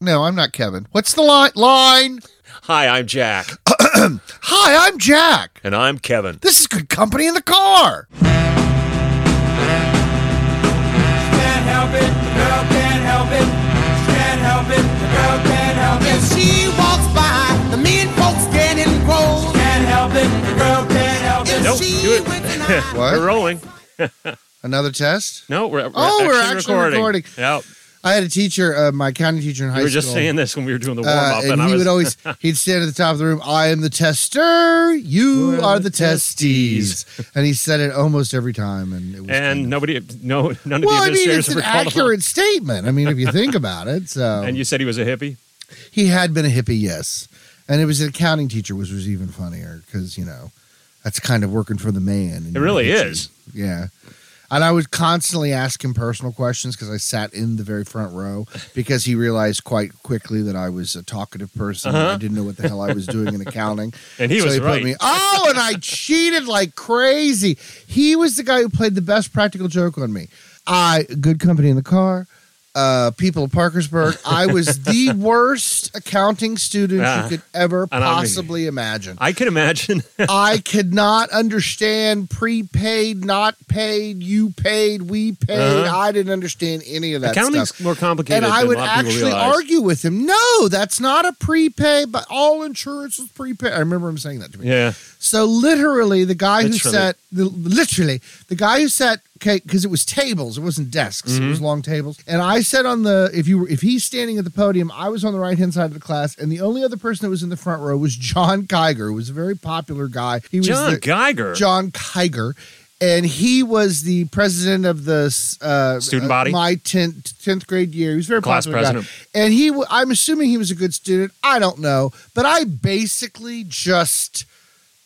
No, I'm not Kevin. What's the li- line? Hi, I'm Jack. Hi, I'm Jack. And I'm Kevin. This is good company in the car. can't help it, the girl can't help it. She can't help it, the girl can't help it. If she walks by, the mean folks get in grows. Can't help it, the girl can't help it. If Nope, she do it. would deny- We're What? rolling. Another test? No, we're, we're Oh, we're actually recording. recording. Yeah, I had a teacher, uh, my accounting teacher in high we were school. just saying this when we were doing the warm uh, up, and, I he was would always he'd stand at the top of the room. I am the tester. You We're are the the testees. and he said it almost every time, and it was kind and of- nobody, no, none of well, I mean, the it's administrators an were called upon. accurate statement. I mean, if you think about it, so And you said he was a hippie. he had been a hippie, yes, and it was an accounting teacher, which was even funnier because you know that's kind of working for the man. and It really you're a is. hippie. yeah. And I would constantly ask him personal questions because I sat in the very front row because he realized quite quickly that I was a talkative person. and I didn't know what the hell I was doing in accounting. Uh-huh. And he so was he right. Put me, oh, and I cheated like crazy. He was the guy who played the best practical joke on me. I good company in the car. Uh, people of Parkersburg. I was the worst accounting student Ah, you could ever and I mean- possibly imagine. I can imagine. I could not understand prepaid, not paid, you paid, we paid. Uh-huh. I didn't understand any of that Accounting's stuff. more complicated And I than would a lot of people actually realize. argue with him. No, that's not a prepaid, but all insurance was prepaid. I remember him saying that to me. Yeah. So literally, the guy who Literally. sat, the, literally, the guy who sat, okay, because it was tables, it wasn't desks, it Mm-hmm. was long tables. And I sat on the, if you were, if he's standing at the podium, I was on the right hand side of the class, and the only other person that was in the front row was John Geiger, who was a very popular guy. He was John the- Geiger. John Kiger, and he was the president of the uh, Student body? uh, my tenth tenth grade year. He was a very Class popular guy. president. and he. w- I'm assuming he was a good student. I don't know, but I basically just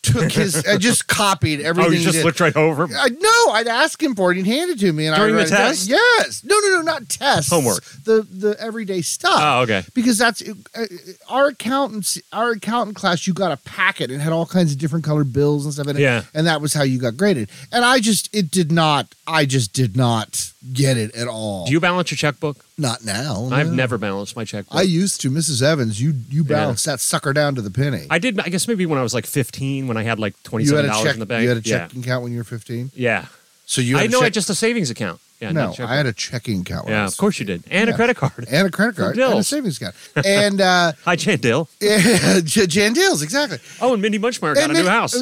took his. I just copied oh, everything. you he just did. looked right over him? I no, I'd ask him for it. He'd hand it to me, and During I the write it down. test? Yes, no, no, no, not tests. Homework. The the everyday stuff. Oh, okay. Because that's uh, our accountants. Our accountant class, you got a packet and had all kinds of different colored bills and stuff in it. Yeah. And that was how you got graded. And I just, it did not. I just did not get it at all. Do you balance your checkbook? Not now. I've no. never balanced my checkbook. I used to, Mrs. Evans. You you balanced that sucker down to the penny. I did. I guess maybe when I was like 15, when I had like you had $27 a check. in the bank. You had a yeah. checking account when you were 15. Yeah. So you. Had I a know. I check- just a savings account. Yeah. No, not I had a checking account. when I Yeah, was of course you did, and a Yeah. credit card. and a credit card and a Dills. savings account and uh Hi, Jan Dill. yeah, J- Jan Deals exactly. Oh, and Mindy Munchmeyer got And a new Min- house.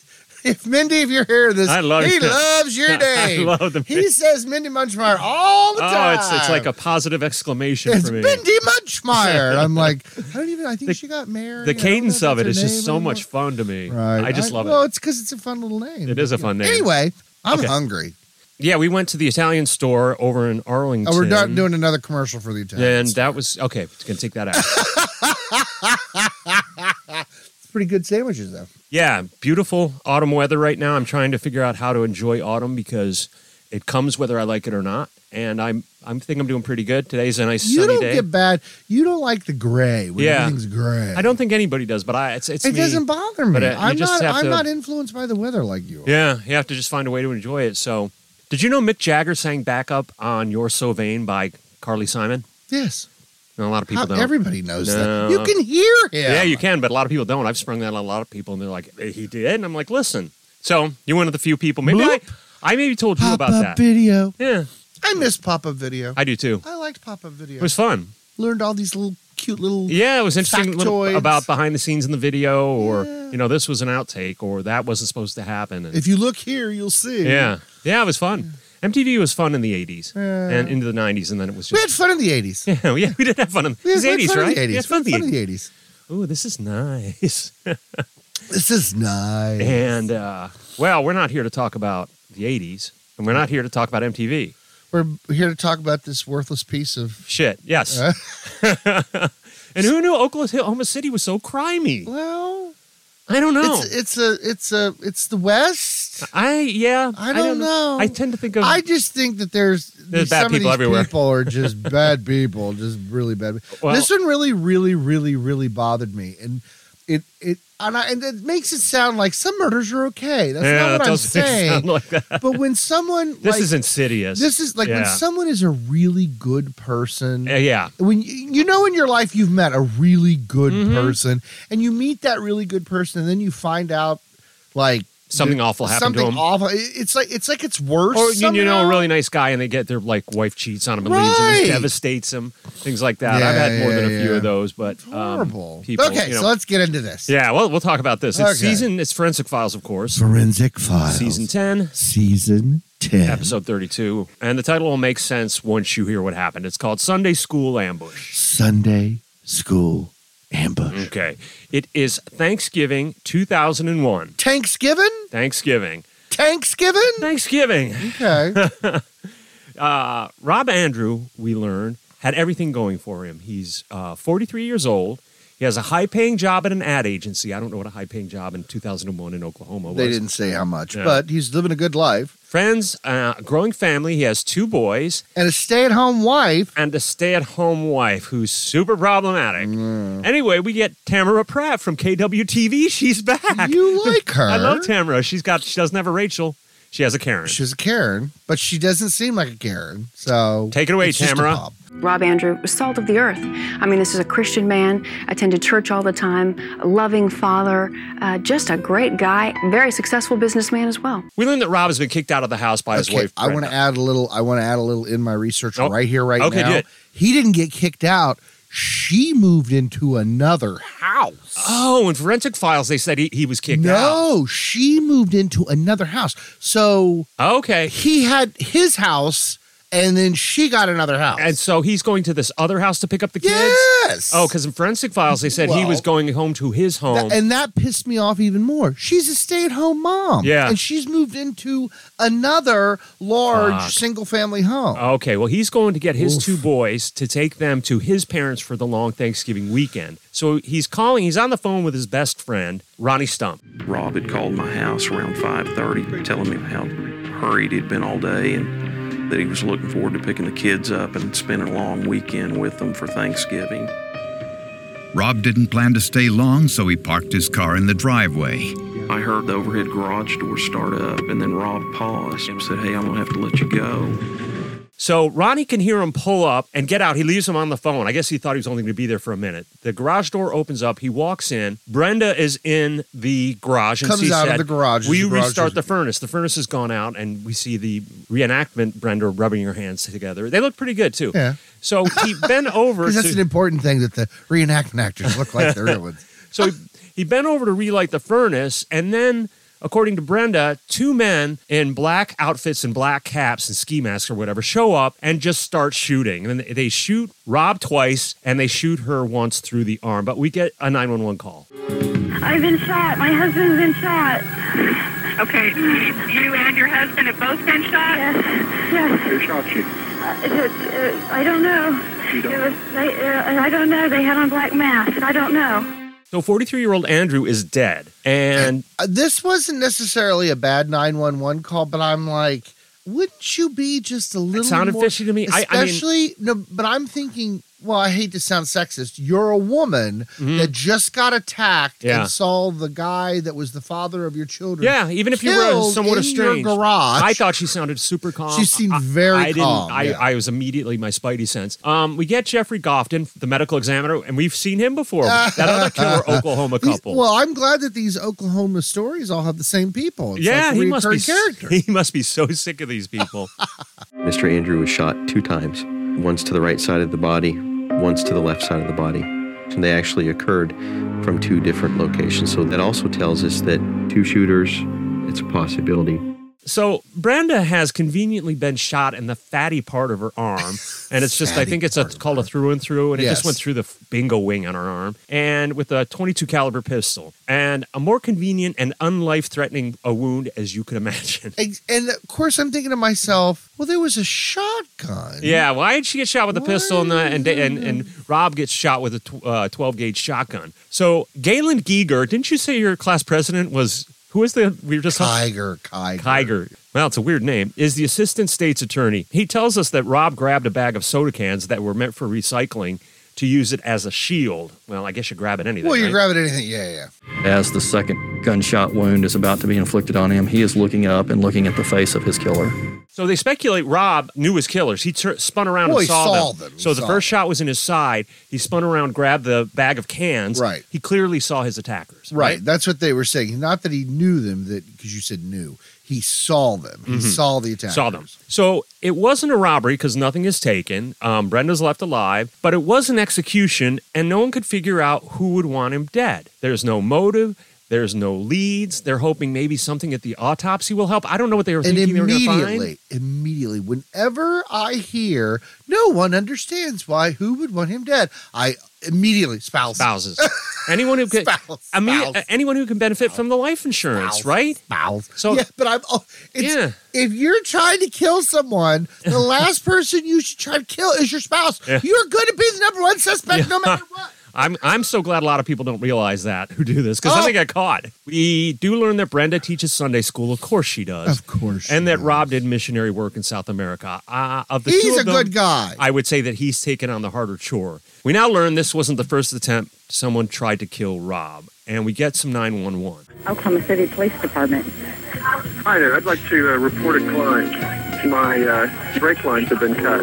If Mindy, if you're hearing this, I love he you. loves your name. love the He says Mindy Munchmeyer all the Oh, time. it's it's like a positive exclamation it's for me. Mindy Munchmeyer. And I'm like, I don't even. I think The- she got married. the I don't know cadence if of it that's is her just name so anymore. much fun to me. Right. I just love Well, it. it's because it's a fun little name. It is a fun name. Anyway, I'm Okay. hungry. Yeah, we went to the Italian store over in Arlington. Oh, we're not doing another commercial for the And Italians. that was okay. It's gonna take that out. It's pretty good sandwiches though. yeah, beautiful autumn weather right now. I'm trying to figure out how to enjoy autumn because it comes whether I like it or not. And I'm I'm think I'm doing pretty good. Today's a nice You sunny don't day. get bad. You don't like the gray. When Yeah. everything's gray. I don't think anybody does, but I it's it's it me. doesn't bother me. But, uh, you I'm just not. have I'm to- not influenced by the weather like you. are. Yeah, you have to just find a way to enjoy it. So, did you know Mick Jagger sang backup on "You're So Vain" by Carly Simon? Yes. And a lot of people How- don't. everybody knows No. that. You can hear him. yeah. you can, but a lot of people don't. I've sprung that on a lot of people, and they're like, "Eh, "He did," and I'm like, "Listen." So you're one of the few people. Maybe I, Bloop. I maybe told you Pop about up that. video. Yeah, I miss pop up video. I, I do too. liked pop up video. It was fun. Learned all these little cute little. Yeah, it was interesting little, Factoids. about behind the scenes in the video, or Yeah. you know, this was an outtake, or that wasn't supposed to happen. And, If you look here, you'll see. yeah, yeah, it was fun. MTV was fun in the '80s Yeah. and into the '90s, and then it was We just had fun in the 80s. Yeah, yeah, we did have fun in We it was had- the we had eighties, fun right? In the 80s. Yeah, it's fun in We the had fun in 80s. the 80s. Ooh, this is nice. This is nice. and uh, well, we're not here to talk about the eighties, and we're not here to talk about MTV. We're here to talk about this worthless piece of. Shit, yes. Uh. and who knew Oklahoma City was so crimey? Well, I don't know. it's it's a it's a it's the West. I yeah. I don't know. I tend to think of. I just think that there's, There's bad some of people these everywhere. People are just bad people, just really bad. Well- this one really, really, really, really bothered me, and It it and, I, and it makes it sound like some murders are okay. That's yeah, not that what I'm doesn't saying. sound like that. but when someone This like, is insidious. this is like when Yeah. someone is a really good person. Uh, yeah. when you, you know in your life you've met a really good Mm-hmm. person and you meet that really good person and then you find out like Something that- awful happened to something him. awful It- it's like it's like it's worse Or you, you know, somehow. a really nice guy, and they get their like wife cheats on him and leaves him, Right. and devastates him, things like that. I've Yeah, had more yeah, than a few yeah. of those, but um, horrible people, okay you know- so let's get into this yeah. Well, we'll talk about this. It's Okay. season. It's forensic files, of course. forensic files Season ten, season 10 episode thirty-two, and the title will make sense once you hear what happened. It's called Sunday School Ambush. sunday school ambush Okay, it is Thanksgiving two thousand and one. thanksgiving Thanksgiving. thanksgiving Thanksgiving. okay Uh, Rob Andrew, we learn, had everything going for him. He's uh, 43 years old. He has a high paying job at an ad agency. I don't know what a high paying job in 2001 in Oklahoma was. they didn't say how much Yeah. but he's living a good life Friends, uh, a growing family. He has two boys and a stay-at-home wife and a stay at home wife who's super problematic. Anyway, we get Tamara Pratt from KWTV. She's back. you like her I love Tamara. She's got, she doesn't have a Rachel. She has a Karen. She's a Karen, but she doesn't seem like a Karen. So Take it away, it's just a Tamara. pop. Rob Andrew was salt of the earth. I mean, this is a Christian man, attended church all the time, a loving father, uh, just a great guy, very successful businessman as well. we learn that Rob has been kicked out of the house by his Okay, wife. I want to Brenda. add a little. I want to add a little in my research Oh, right here, right okay, now. do it. He didn't get kicked out. She moved into another house. Oh, in Forensic Files, they said he, he was kicked out. no, she moved into another house. So Okay. he had his house, and then she got another house. And so he's going to this other house to pick up the kids? yes. Oh, because in Forensic Files, they said he Well- was going home to his home. Th- and that pissed me off even more. She's a stay-at-home mom. Yeah. And she's moved into another large Fuck. Oh, single-family home. okay, well, he's going to get his Oof. two boys to take them to his parents for the long Thanksgiving weekend. So he's calling, he's on the phone with his best friend, Ronnie Stump. Rob had called my house around 5:30, telling me how hurried he'd been all day and that he was looking forward to picking the kids up and spending a long weekend with them for Thanksgiving. Rob didn't plan to stay long, so he parked his car in the driveway. I heard the overhead garage door start up, and then Rob paused and said, "Hey, I'm gonna have to let you go." So Ronnie can hear him pull up and get out. He leaves him on the phone. I guess he thought he was only going to be there for a minute. The garage door opens up. He walks in. Brenda is in the garage and Comes she out of said, the garage. We The garage restart is- the furnace. The furnace has gone out, and we see the reenactment. Brenda rubbing her hands together. They look pretty good too. Yeah. So he bent over. Because that's to- an important thing that the reenactment actors look like the real ones. so he, he bent over to relight the furnace, and then, according to Brenda, two men in black outfits and black caps and ski masks or whatever show up and just start shooting. And then they shoot Rob twice, and they shoot her once through the arm. But we get a 911 call. I've been shot. My husband's been shot. Okay, you and your husband have both been shot? Yes, yes. Who shot you? Uh, it, it, I don't know. You don't It was, they, uh, I don't know. They had on black masks. I don't know. So 43 year old Andrew is dead, and Uh, this wasn't necessarily a bad 911 call, but I'm like, wouldn't you be just a little sounded more, fishy to me. I- I mean- Especially, no, but I'm thinking, well, I hate to sound sexist. You're a woman that just got attacked Mm-hmm. Yeah. and saw the guy that was the father of your children. yeah, even if you were killed somewhat in your estranged, garage. I thought she sounded super calm. She seemed I- very I didn't. calm, I, yeah. I was immediately my spidey sense. Um, we get Jeffrey Gofton, the medical examiner, and we've seen him before. that other killer Oklahoma These- couple. well, I'm glad that these Oklahoma stories all have the same people. It's yeah, like a he must be recurring character. he must be so sick of these people. Mr. Andrew was shot two times, once to the right side of the body, once to the left side of the body. And they actually occurred from two different locations. So that also tells us that two shooters, it's a possibility. so Brenda has conveniently been shot in the fatty part of her arm, and it's just I think it's a, called a through and through, and it Yes. just went through the f- bingo wing on her arm, and with a 22 caliber pistol, and a more convenient and unlife threatening a wound as you could imagine. Ex- And of course, I'm thinking to myself, well, there was a shotgun. Yeah, why did she get shot with a Why pistol and, the, is and, and and Rob gets shot with a tw- uh, 12 gauge shotgun? So Galen Giger, didn't you say your class president was who is the we were just talking- Tiger, Tiger. Kiger. Well, it's a weird name. Is the assistant state's attorney. He tells us that Rob grabbed a bag of soda cans that were meant for recycling to use it as a shield. Well, I guess you grab it anything. Well, you right? grab it anything. Yeah, yeah. As the second gunshot wound is about to be inflicted on him, he is looking up and looking at the face of his killer. So they speculate Rob knew his killers. He tur- spun around Well, and he saw, saw them. them. He So the saw first them. shot was in his side. He spun around, grabbed the bag of cans. Right. He clearly saw his attackers. Right. That's what they were saying. Not that he knew them, that because you said knew, he saw them. He saw the attack. Mm-hmm. Saw them. So it wasn't a robbery because nothing is taken. Um, Brenda's left alive, but it was an execution, and no one could figure out who would want him dead. There's no motive. There's no leads. They're hoping maybe something at the autopsy will help. I don't know what they were And thinking they were going to find. immediately, immediately, whenever I hear no one understands why who would want him dead, I immediately spouse. Spouses. Anyone who can, Spouse, I mean, spouse. anyone who can benefit from the life insurance, Spouse. right? Spouse. So- yeah, but I'm. Oh, it's, Yeah. If you're trying to kill someone, the last person you should try to kill is your spouse. Yeah. You're going to be the number one suspect no matter what. I'm I'm so glad a lot of people don't realize that who do this because then Oh. they get caught. We do learn that Brenda teaches Sunday school. Of course she does. Of course she And that does. Rob did missionary work in South America. Uh, of the two He's of a them, good guy. I would say that he's taken on the harder chore. We now learn this wasn't the first attempt someone tried to kill Rob, and we get some 911. Oklahoma City Police Department. Hi there. I'd like to uh, report a climb. My uh, brake lines have been cut.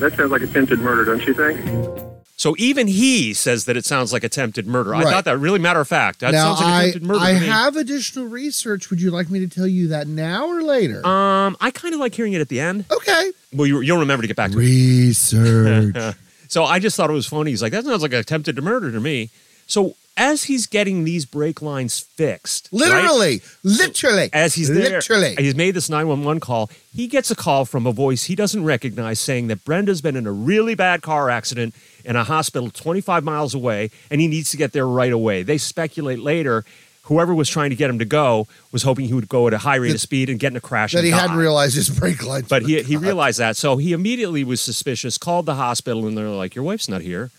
That sounds like attempted murder, don't you think? So even he says that it sounds like attempted murder. I Right. thought that really matter of fact. That now sounds like I, attempted murder. I to me. have additional research. Would you like me to tell you that now or later? Um, I kind of like hearing it at the end. okay. Well, you, you'll remember to get back to it. Research. So I just thought it was funny. He's like, that sounds like attempted murder to me. So as he's getting these brake lines fixed, right? literally, literally. as he's there, literally. he's made this 911 call. He gets a call from a voice he doesn't recognize saying that Brenda's been in a really bad car accident in a hospital 25 miles away and he needs to get there right away. They speculate later. Whoever was trying to get him to go was hoping he would go at a high rate of speed and get in a crash. that and he die. hadn't realized his brake lights. But were he, he cut. realized that. So he immediately was suspicious, called the hospital, and they're like, Your wife's not here.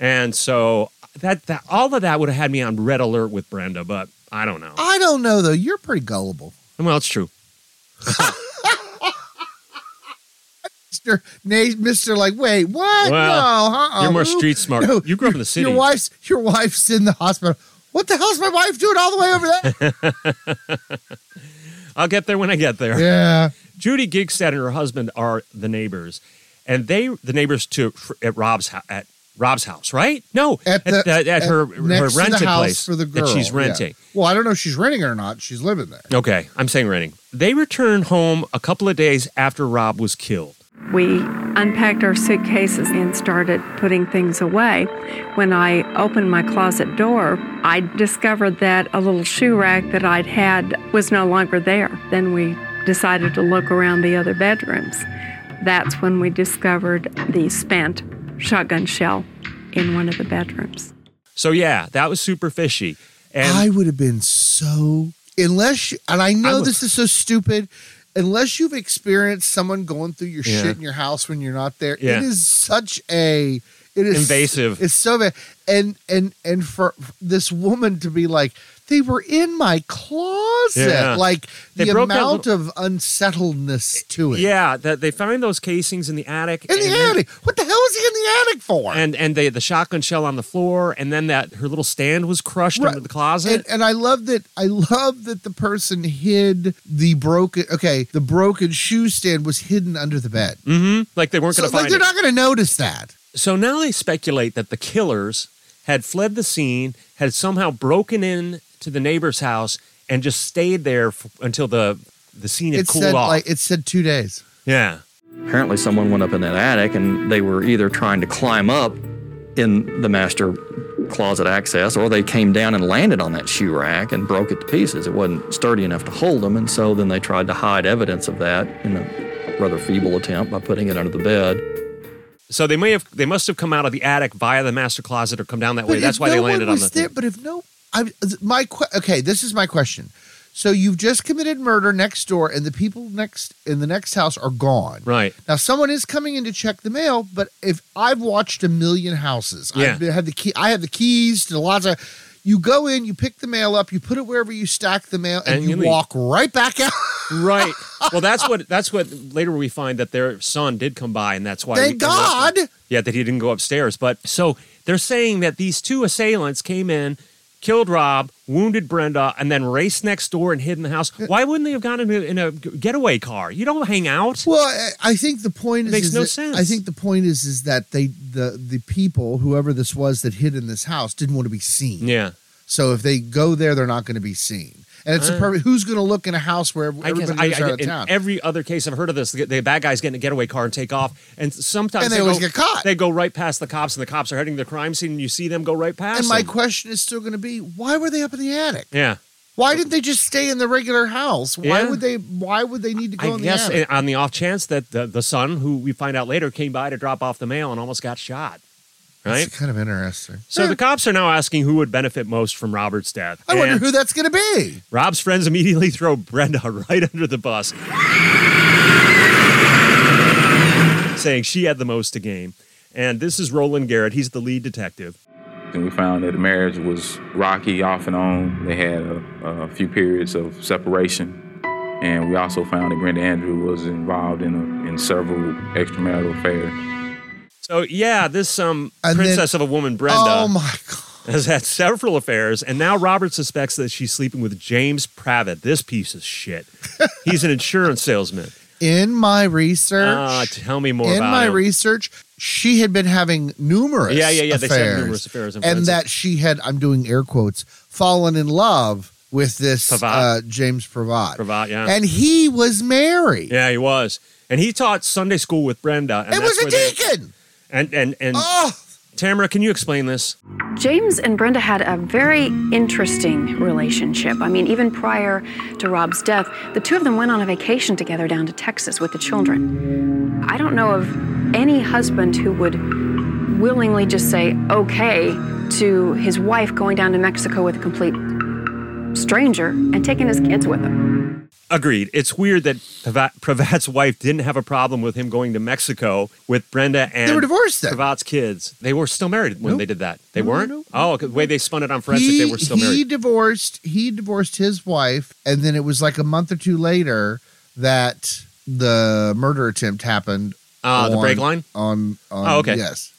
And so that, that all of that would have had me on red alert with Brenda, but I don't know. I don't know though. You're pretty gullible. Well, it's true. Mister, Mister, like, wait, what? Well, no, uh-uh. you're more Who- street smart. You grew up in the city. Your wife's, your wife's in the hospital. What the hell's my wife doing all the way over there? I'll get there when I get there. yeah, Judy Gigstad and her husband are the neighbors, and they the neighbors to at Rob's hou- at Rob's house, right? No, at the at, her her next to rented the house place for the girl that she's yeah. renting. Well, I don't know if she's renting it or not. She's living there. Okay, I'm saying renting. They return home a couple of days after Rob was killed. We unpacked our suitcases and started putting things away. When I opened my closet door, I discovered that a little shoe rack that I'd had was no longer there. Then we decided to look around the other bedrooms. That's when we discovered the spent shotgun shell in one of the bedrooms. So yeah, that was super fishy. And I would have been so unless you, and I know would- this is so stupid. Unless you've experienced someone going through your Yeah. shit in your house when you're not there, Yeah. it is such a it is Invasive. It's so bad, and and and for this woman to be like, they were in my closet, Yeah. like They the broke out amount of unsettledness to it. yeah, that they find those casings in the attic. in the and- attic. What the hell is he in the attic for? And and they the shotgun shell on the floor, and then that her little stand was crushed Right. under the closet. And, and I love that. I love that the person hid the broken. Okay, the broken shoe stand was hidden under the bed. like they weren't So, going to like Mm. find they're it. not going to notice that. So now they speculate that the killers had fled the scene, had somehow broken in to the neighbor's house, and just stayed there f- until the the scene had It cooled said off. like it said two days. yeah. Apparently, someone went up in that attic and they were either trying to climb up in the master closet access or they came down and landed on that shoe rack and broke it to pieces. It wasn't sturdy enough to hold them, and so then they tried to hide evidence of that in a rather feeble attempt by putting it under the bed. So they may have they must have come out of the attic via the master closet or come down that way. But That's if why no they one landed on was the. There, but if no, I my que- okay. This is my question. So you've just committed murder next door, and the people next in the next house are gone. Right. Now someone is coming in to check the mail, but if I've watched a million houses, Yeah. I've been, had the key. I have the keys to lots of. You go in, you pick the mail up, you put it wherever you stack the mail, and, And you, you leave. walk right back out. Right. Well, that's what that's what later we find that their son did come by, and that's why. Thank we- God. Yeah, that he didn't go upstairs. But so they're saying that these two assailants came in, killed Rob, wounded Brenda, and then raced next door and hid in the house. Why wouldn't they have gone in a, in a getaway car? You don't hang out. Well, I, I think the point is, Makes is no that- sense. I think the point is is that they the the people, whoever this was that hid in this house, didn't want to be seen. Yeah. So if they go there, they're not going to be seen. And it's a Uh. perfect. Who's going to look in a house where I everybody guess lives I, I, out of in town? every other case I've heard of this, the, the bad guys get in a getaway car and take off, and sometimes And they always go- get caught. They go right past the cops, and the cops are heading to the crime scene, and you see them go right past. and my them. question is still going to be: Why were they up in the attic? yeah, Why didn't they just stay in the regular house? Why Yeah. would they? Why would they need to go I in guess the attic? uh, on the off chance that the, the son, who we find out later, came by to drop off the mail and almost got shot. Right? It's kind of interesting. So the cops are now asking who would benefit most from Robert's death. I wonder And who that's going to be. Rob's friends immediately throw Brenda right under the bus, saying she had the most to gain. And this is Roland Garrett. He's the lead detective. And we found that the marriage was rocky off and on. They had a, a few periods of separation. And we also found that Brenda Andrew was involved in, a, in several extramarital affairs. So yeah, this um, And then- princess of a woman, Brenda, Oh, my has had several affairs, and now Robert suspects that she's sleeping with James Pravitt. This piece of shit. He's an insurance salesman. In my research, Ah, tell me more in about my him. research, she had been having numerous Yeah, yeah, yeah, they affairs, said numerous affairs and and friends. that she had I'm doing air quotes fallen in love with this uh, James Pravat. Pravat, yeah. and he was married. yeah, he was, and he taught Sunday school with Brenda. And it was that's a where they- deacon. and and and Tamara, can you explain this? James and Brenda had a very interesting relationship. I mean, even prior to Rob's death, the two of them went on a vacation together down to Texas with the children. I don't know of any husband who would willingly just say okay to his wife going down to Mexico with a complete stranger and taking his kids with him. Agreed. It's weird that Pravat, Pravat's wife didn't have a problem with him going to Mexico with Brenda and They were divorced then. Pravat's kids. They were still married when they did that. They No, no, weren't. no. Oh, 'cause the way they spun it on forensic, he, they were still he married. divorced. He divorced his wife, and then it was like a month or two later that the murder attempt happened. Ah, the on- break line? on. on Oh, okay. Yes.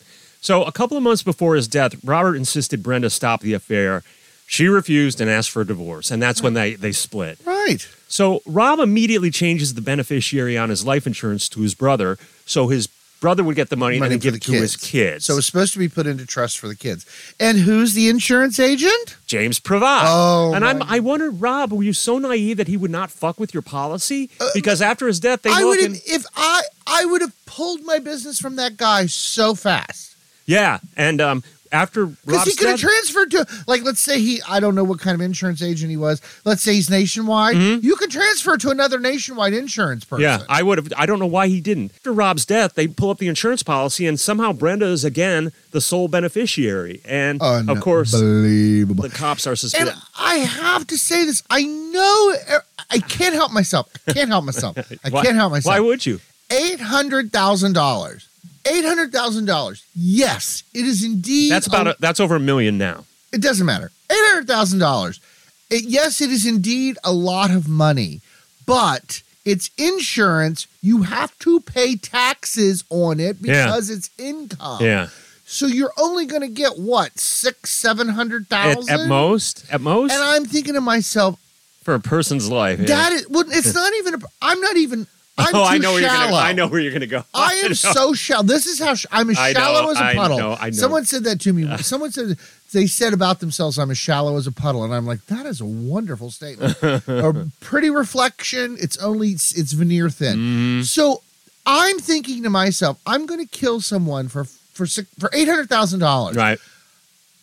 So, a couple of months before his death, Robert insisted Brenda stop the affair. She refused and asked for a divorce, and that's when they, they split. Right. So, Rob immediately changes the beneficiary on his life insurance to his brother, so his brother would get the money, and Money then for give the it to his kids. So it's supposed to be put into trust for the kids. And who's the insurance agent? James Pravat. Oh, and I'm, my- I wonder, Rob, were you so naive that he would not fuck with your policy? because after his death, they Uh, I look would and have if I I would have pulled my business from that guy so fast yeah, and um, after because he Rob's could have death, transferred to like let's say he I don't know what kind of insurance agent he was. Let's say he's nationwide. You can transfer to another nationwide insurance person. Mm-hmm. yeah, I would have. I don't know why he didn't. After Rob's death, they pull up the insurance policy, and somehow Brenda is again the sole beneficiary, and of course, Unbelievable. the cops Oh, are And suspicious. I have to say this. I know er, I can't help myself. I can't help myself. I Why- can't help myself. Why would you? eight hundred thousand dollars. Eight hundred thousand dollars. Yes, it is indeed. That's about a, that's over a million now. It doesn't matter. Eight hundred thousand dollars. Yes, it is indeed a lot of money, but it's insurance. You have to pay taxes on it Yeah. because it's income. Yeah. So you're only going to get what six, seven hundred At, thousand at most, at most, And I'm thinking to myself, for a person's life. yeah. that is. Well, it's not even. A, I'm not even. I'm too oh, I know where you're shallow. gonna. I know where you're gonna go. I am know. so shallow. This is how sh- I'm as I know, shallow as a I puddle. know, I know. Someone said that to me. Someone said they said about themselves, "I'm as shallow as a puddle," and I'm like, that is a wonderful statement. a pretty reflection. It's only it's veneer thin. Mm-hmm. So I'm thinking to myself, I'm going to kill someone for for six, for eight hundred thousand dollars. Right.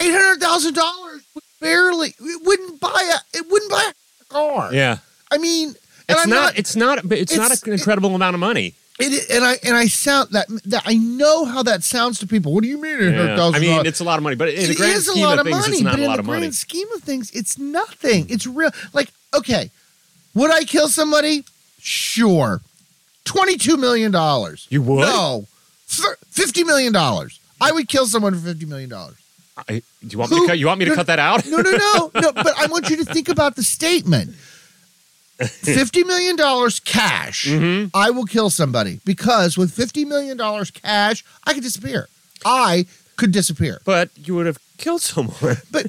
Eight hundred thousand dollars would barely. It wouldn't buy a. It wouldn't buy a car. Yeah. I mean, and It's I'm not, It's not. but It's, It's- not an incredible amount of money. It, and I and I sound that, that I know how that sounds to people. What do you mean? Yeah. $800,000? I mean, it's a lot of money, but in the It grand is a scheme lot of of things, money, it's not but a in lot the of money. grand scheme of things, it's nothing. It's real. Like, okay, would I kill somebody? Sure, twenty-two million dollars. You would? No, Thir- fifty million dollars. I would kill someone for fifty million dollars. I, do you want me to cut? You want me to cut that out? No, no, no, no. But I want you to think about the statement. Fifty million dollars cash. Mm-hmm. I will kill somebody because with fifty million dollars cash, I could disappear. I could disappear. But you would have killed someone. But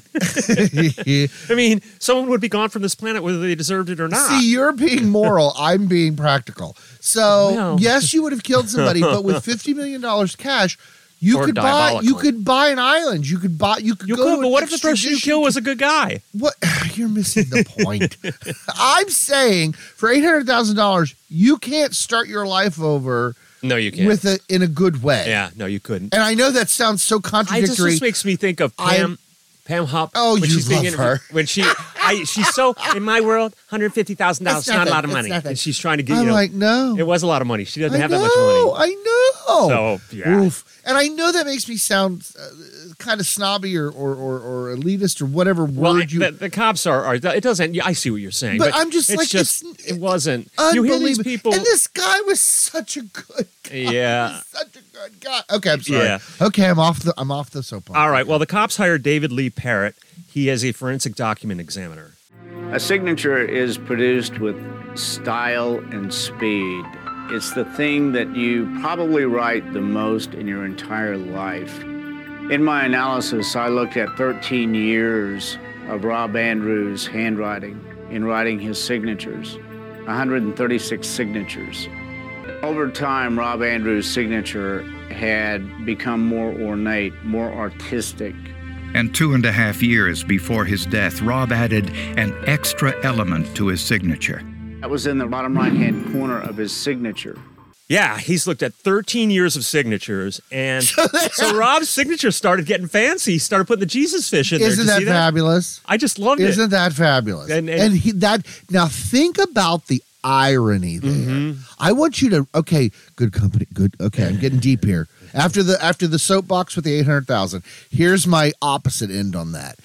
I mean, someone would be gone from this planet whether they deserved it or not. See, you're being moral. I'm being practical. So Well. yes, you would have killed somebody, but with fifty million dollars cash, you Or could buy you diabolical. could buy an island. You could buy you could You go. could, to but an what if the person you extradition kill was a good guy? What you're missing the point. I'm saying for eight hundred thousand dollars, you can't start your life over No, you can't. with a in a good way. yeah, no, you couldn't. And I know that sounds so I just contradictory. this makes me think of I'm- Pam. Pam Hop. Oh, you love intervie- her. when she, I, she's so in my world, hundred fifty thousand dollars, It's not a nothing, lot of it's money, nothing. and she's trying to get. I'm you know, like, no, it was a lot of money. She doesn't I have know, that much money. I know. So yeah, Oof. And I know that makes me sound uh, kind of snobby or, or, or, or elitist or whatever well, word you. the, the cops are, are. It doesn't. I see what you're saying, But but, I'm just it's like, just it wasn't. You hear Unbelievable. these people, And this guy was such a good yeah. guy. Okay, I'm sorry. Yeah. Okay, I'm off the I'm off the soapbox. All right. Well, the cops hired David Lee Parrott. He is a forensic document examiner. A signature is produced with style and speed. It's the thing that you probably write the most in your entire life. In my analysis, I looked at 13 years of Rob Andrews' handwriting in writing his signatures 136 signatures. Over time, Rob Andrews' signature had become more ornate, more artistic. And two and a half years before his death, Rob added an extra element to his signature. That was in the bottom right hand corner of his signature. Yeah, he's looked at 13 years of signatures, and so Rob's signature started getting fancy. He started putting the Jesus fish in there. Isn't Did you that see that? fabulous? I just loved it. Isn't that fabulous? And- And, and- he, that now think about the irony there. Mm-hmm. I want you to okay, good company, good. Okay, I'm getting deep here. After the after the soapbox with the eight hundred thousand, here's my opposite end on that.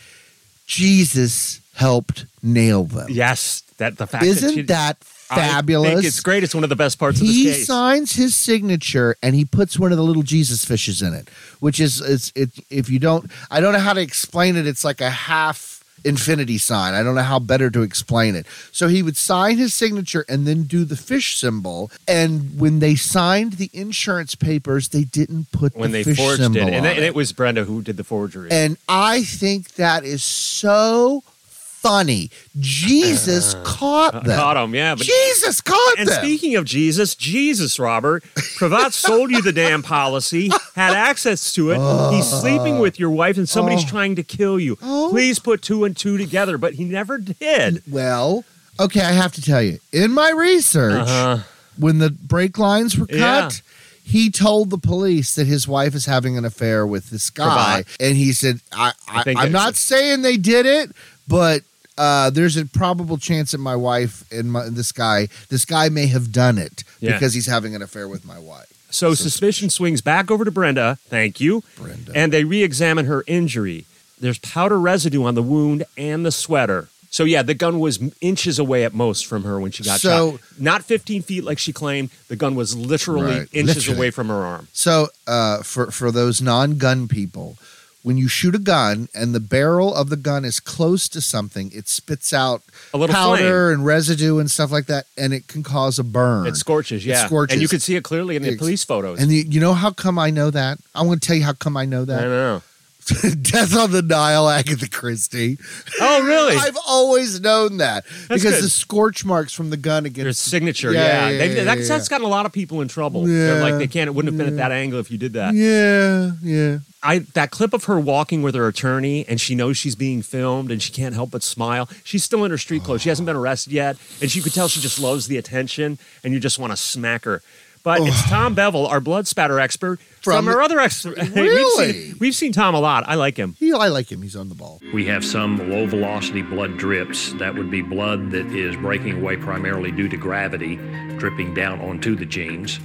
Jesus helped nail them. Yes, that the fact Isn't that, she- that I think fabulous? it's great. It's one of the best parts of this he case. signs his signature and he puts one of the little Jesus fishes in it, which is it's it. If you don't, I don't know how to explain it. It's like a half infinity sign. I don't know how better to explain it. So he would sign his signature and then do the fish symbol. And when they signed the insurance papers, they didn't put when the they fish forged it, and, symbol it- on and it was Brenda who did the forgery. and I think that is so funny. Jesus caught them. Uh, Caught him, yeah. But Jesus caught and them. speaking of Jesus, Jesus, Robert, Pravat sold you the damn policy, had access to it. He's sleeping with your wife, and somebody's Oh. trying to kill you. Please put two and two together, but he never did. Well, okay, I have to tell you, in my research, when the brake lines were cut, Uh-huh. Yeah. he told the police that his wife is having an affair with this guy. And he said, I, I, think I am it's not a- saying they did it, but. Uh, there's a probable chance that my wife and my, this guy, this guy may have done it Yeah. because he's having an affair with my wife. So suspicion swings back over to Brenda. Thank you. Brenda. And they re examine her injury. There's powder residue on the wound and the sweater. So, yeah, the gun was inches away at most from her when she got So- shot. Not 15 feet like she claimed. The gun was literally Right, inches literally. away from her arm. So, uh, for for those non-gun people, when you shoot a gun and the barrel of the gun is close to something, it spits out A little powder and residue and stuff like that, and it can cause a burn. It scorches, It yeah. scorches. And you could see it clearly in the Ex- police photos. And you, you know how come I know that? I want to tell you how come I know I that. know. Death on the Nile, Agatha Christie. Oh, really? I've always known that because good. the scorch marks from the gun against Their signature, Yeah, yeah. yeah, They've- yeah, that's, yeah, that's gotten a lot of people in trouble. They're Yeah, like, they can't, it wouldn't have been at that angle if you did that. yeah, yeah. I that clip of her walking with her attorney and she knows she's being filmed and she can't help but smile. She's still in her street clothes. She hasn't been arrested yet, and she could tell she just loves the attention and you just want to smack her. But it's Tom Bevel, our blood spatter expert from, From- our other expert. we've, Really? seen, we've seen Tom a lot. I like him. He, I like him. He's on the ball. We have some low velocity blood drips. That would be blood that is breaking away primarily due to gravity, dripping down onto the genes.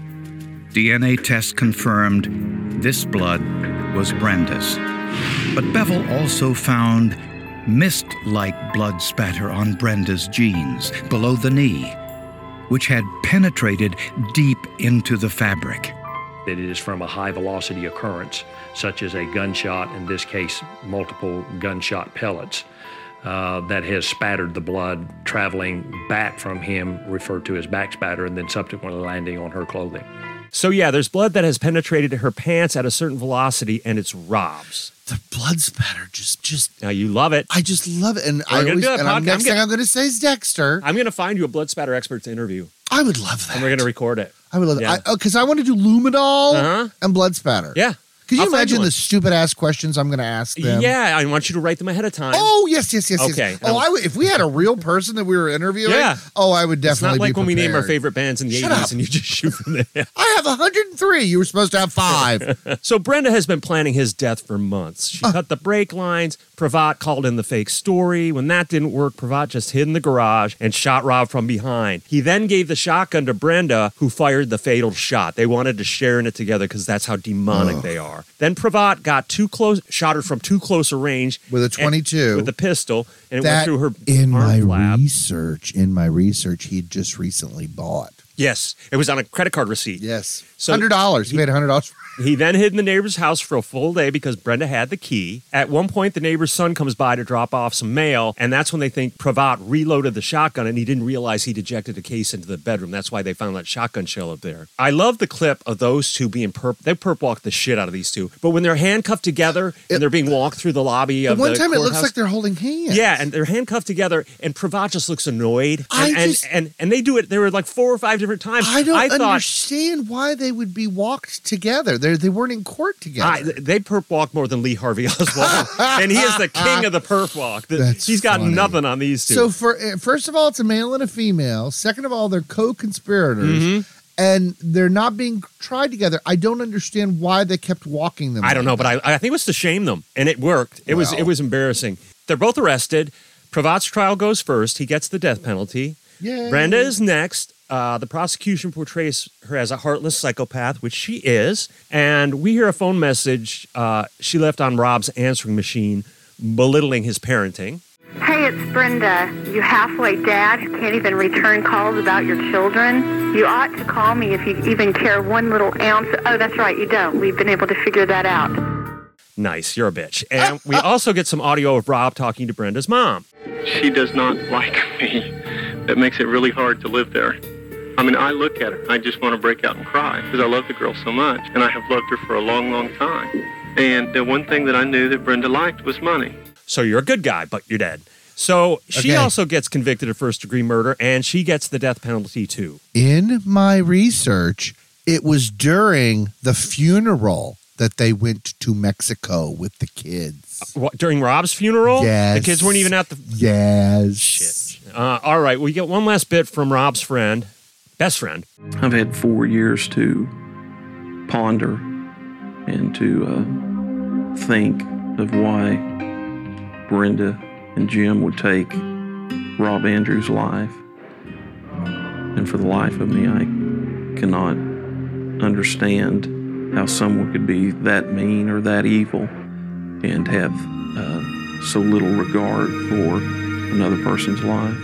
DNA tests confirmed this blood was Brenda's. But Bevel also found mist like blood spatter on Brenda's jeans below the knee, which had penetrated deep into the fabric. that it is from a high velocity occurrence, such as a gunshot, in this case, multiple gunshot pellets, uh, that has spattered the blood traveling back from him, referred to as backspatter, and then subsequently landing on her clothing. So yeah, there's blood that has penetrated her pants at a certain velocity, and it's Rob's. The blood spatter just just now you love it. I just love it, and We're I gonna always, do that and I'm, podcast. next I'm thing gonna- I'm going to say is Dexter. I'm gonna find you a blood spatter expert to interview, I would love that. and we're gonna record it. I would love Yeah. that because I, want to do luminol Uh-huh. and blood spatter. Yeah. Could I'll you find you imagine one. the stupid ass questions I'm going to ask them? Yeah, I want you to write them ahead of time. Oh yes, yes, yes, Okay. yes. Oh, I would, if we had a real person that we were interviewing, Yeah. Oh, I would it's definitely. not like be when we name our prepared. favorite bands in the Shut 80s up. and you just shoot from there. I have 103. You were supposed to have five. so Brenda has been planning his death for months. She cut the brake lines. Pravat called in the fake story. When that didn't work, Pravat just hid in the garage and shot Rob from behind. He then gave the shotgun to Brenda, who fired the fatal shot. They wanted to share in it together because that's how demonic they are. Then Pravat got too close, shot her from too close a range With a and- 22. with a pistol, and it That, went through her in arm my flap. research, in my research, he'd just recently bought. Yes, it was on a credit card receipt. Yes, So- hundred dollars. He paid hundred dollars. He then hid in the neighbor's house for a full day because Brenda had the key. At one point, the neighbor's son comes by to drop off some mail, and that's when they think Pravat reloaded the shotgun and he didn't realize he'd ejected a case into the bedroom. That's why they found that shotgun shell up there. I love the clip of those two being perp. They perp walk the shit out of these two, but when they're handcuffed together and they're being walked through the lobby The of one the time it looks courthouse- like they're holding hands. yeah, and they're handcuffed together, and Pravat just looks annoyed. And, I and, just- and and they do it. There were like four or five different times. I don't thought understand why they would be walked together. They they weren't in court together. I, they perp walk more than Lee Harvey Oswald, and he is the king of the perp walk. The- That's he's got funny. nothing on these two. So for uh, first of all, it's a male and a female. Second of all, they're co-conspirators, Mhm. and they're not being tried together. I don't understand why they kept walking them. I don't know, but I, I think it was to shame them, and it worked. It was Wow. it was embarrassing. They're both arrested. Pravat's trial goes first. He gets the death penalty. Yay. Brenda is next. Uh, the prosecution portrays her as a heartless psychopath, which she is. And we hear a phone message uh, she left on Rob's answering machine, belittling his parenting. Hey, it's Brenda. You halfway dad who can't even return calls about your children. You ought to call me if you even care one little ounce. Oh, that's right, you don't. We've been able to figure that out. Nice, you're a bitch. And we also get some audio of Rob talking to Brenda's mom. She does not like me. That makes it really hard to live there. I mean, I look at her. I just want to break out and cry because I love the girl so much, and I have loved her for a long, long time. And the one thing that I knew that Brenda liked was money. So you're a good guy, but you're dead. So she Okay. also gets convicted of first degree murder and she gets the death penalty too. In my research, it was during the funeral that they went to Mexico with the kids. What, during Rob's funeral? Yes. The kids weren't even at the. Yes. Uh, all right, we get one last bit from Rob's friend, best friend. I've had four years to ponder and to uh, think of why Brenda and Jim would take Rob Andrews' life. And for the life of me, I cannot understand how someone could be that mean or that evil and have uh, so little regard for another person's life.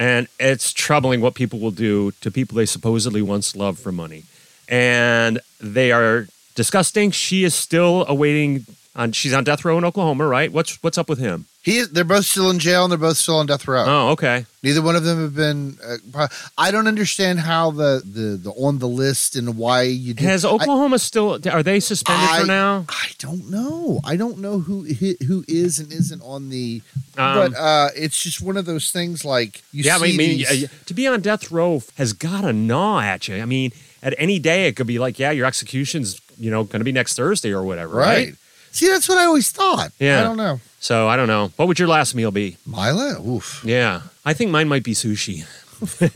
And it's troubling what people will do to people they supposedly once loved for money. And they are disgusting. She is still awaiting on she's on death row in Oklahoma, right? What's what's up with him? He, they're both still in jail and they're both still on death row. Oh, okay. Neither one of them have been. Uh, pro- I don't understand how the, the the on the list and why you do. Has I- Oklahoma still are they suspended I- for now? I don't know. I don't know who hi- who is and isn't on the. Um, but uh, it's just one of those things like you yeah, see I mean, these- uh, to be on death row has got to gnaw at you. I mean, at any day it could be like, yeah, your execution's you know going to be next Thursday or whatever, right? right. See, that's what I always thought. Yeah. I don't know. So I don't know. What would your last meal be? Mila? Oof. Yeah, I think mine might be sushi.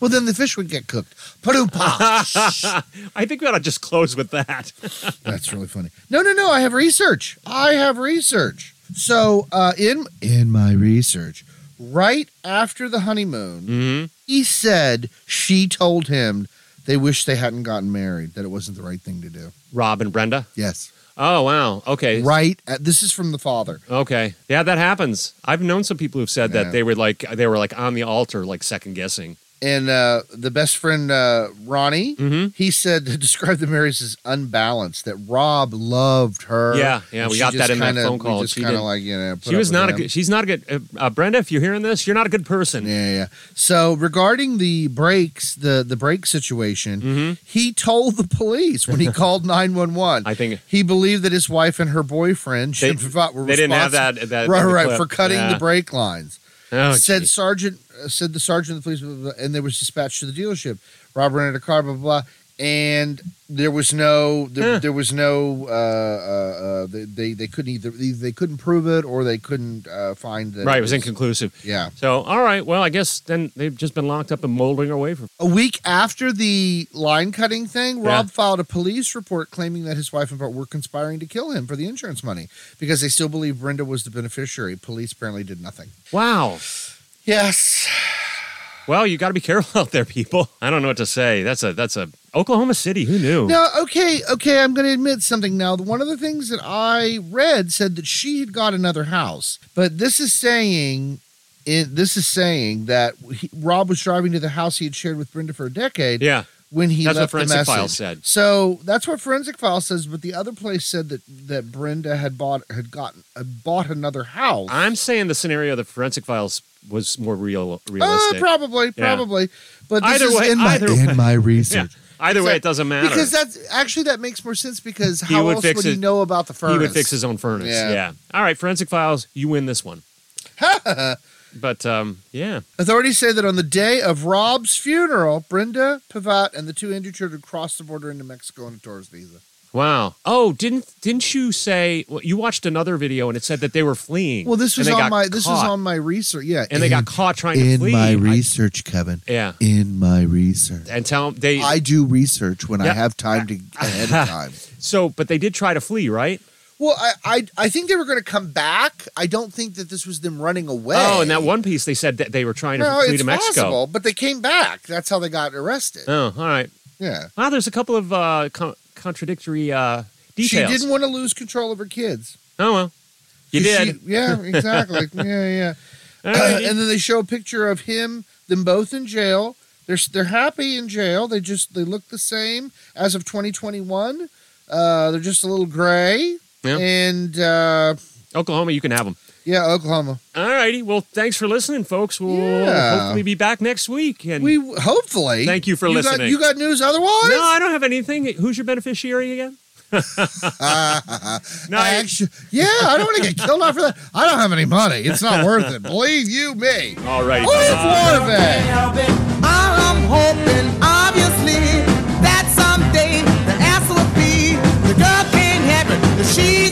Well, then the fish would get cooked. Padoom pop. I think we ought to just close with that. That's really funny. No, no, no. I have research. I have research. So uh, in in my research, right after the honeymoon, Mm-hmm. he said she told him they wish they hadn't gotten married. That it wasn't the right thing to do. Rob and Brenda. Yes. Oh wow. Okay. Right. At, this is from the father. Okay. Yeah, that happens. I've known some people who've said Yeah. that they were like they were like on the altar, like second guessing. and uh, the best friend uh, Ronnie, Mm-hmm. he said described the marriage as unbalanced. That Rob loved her. Yeah, yeah, and we she got that just in that kinda- phone we call. Just She kind of didn't- like you know, put she was up with not a him. good. She's not a good. Uh, uh, Brenda, if you're hearing this, you're not a good person. Yeah, yeah. So regarding the breaks, the the break situation, Mm-hmm. he told the police when he called nine one one. I think he believed that his wife and her boyfriend They- should have- were they didn't have responsible- that- that- right, the right, clip. for cutting Yeah. the brake lines. Oh, said geez. sergeant, uh, said the sergeant of the police, blah, blah, blah, and they was dispatched to the dealership. Rob rented a car, blah blah. blah and there was no, there, there was no, uh, uh, uh, they, they they couldn't either, either they couldn't prove it or they couldn't uh, find that Right, it was inconclusive. Yeah. So, all right. Well, I guess then they've just been locked up and molding away for. A week after the line cutting thing, Yeah. Rob filed a police report claiming that his wife and Bart were conspiring to kill him for the insurance money because they still believe Brenda was the beneficiary. Police apparently did nothing. Wow. Yes. Well, you got to be careful out there, people. I don't know what to say. That's a that's a Oklahoma City. Who knew? Now, okay, okay, I'm going to admit something now. One of the things that I read said that she had got another house, but this is saying. It, this is saying that he, Rob was driving to the house he had shared with Brenda for a decade. Yeah. when he That's what left the Forensic message. Files said. So that's what forensic file says. But the other place said that that Brenda had bought had gotten had bought another house. I'm saying the scenario of the forensic files was more real Uh, realistic. probably, Yeah. probably. But this Either is way- in my, either way. in my research. Either way, So- it doesn't matter. because that's actually that makes more sense. Because He how would else fix would it- he know about the furnace? he would fix his own furnace. Yeah. Yeah. All right, forensic files, you win this one. but um, yeah, Authorities say that on the day of Rob's funeral, Brenda Pivat and the two injured children crossed the border into Mexico on a tourist visa. wow. Oh, didn't didn't you say well, you watched another video and it said that they were fleeing? Well, this and was they on got my this was caught. on my research. Yeah, and they got caught trying to flee. I- research, Kevin. yeah, In my research. and tell them they. I do research when Yeah. I have time to ahead of time. so, but they did try to flee, right? Well, I, I I think they were going to come back. I don't think that this was them running away. Oh, in that one piece, they said that they were trying to no, flee it's to Mexico. possible, but they came back. That's how they got arrested. Oh, all right. Yeah, Wow, there's a couple of uh, con- contradictory uh, details. she didn't want to lose control of her kids. Oh well, you She- did. yeah, exactly. yeah, yeah. right. and then they show a picture of him, them both in jail. They're s- they're happy in jail. They just they look the same as of 2021. Uh, they're just a little gray. Yeah. And uh, Oklahoma, you can have them. yeah, Oklahoma. All righty. Well, thanks for listening, folks. We'll Yeah. hopefully be back next week. And We hopefully. Thank you for got- listening. you got news otherwise? no, I don't have anything. Who's your beneficiary again? no, I- Actu- yeah, I don't want to get killed off for that. I don't have any money. It's not worth it. Believe you me. All righty. Uh, Live Warbeck. All I'm hoping, obviously, that someday the answer will be the girl can't help it, that she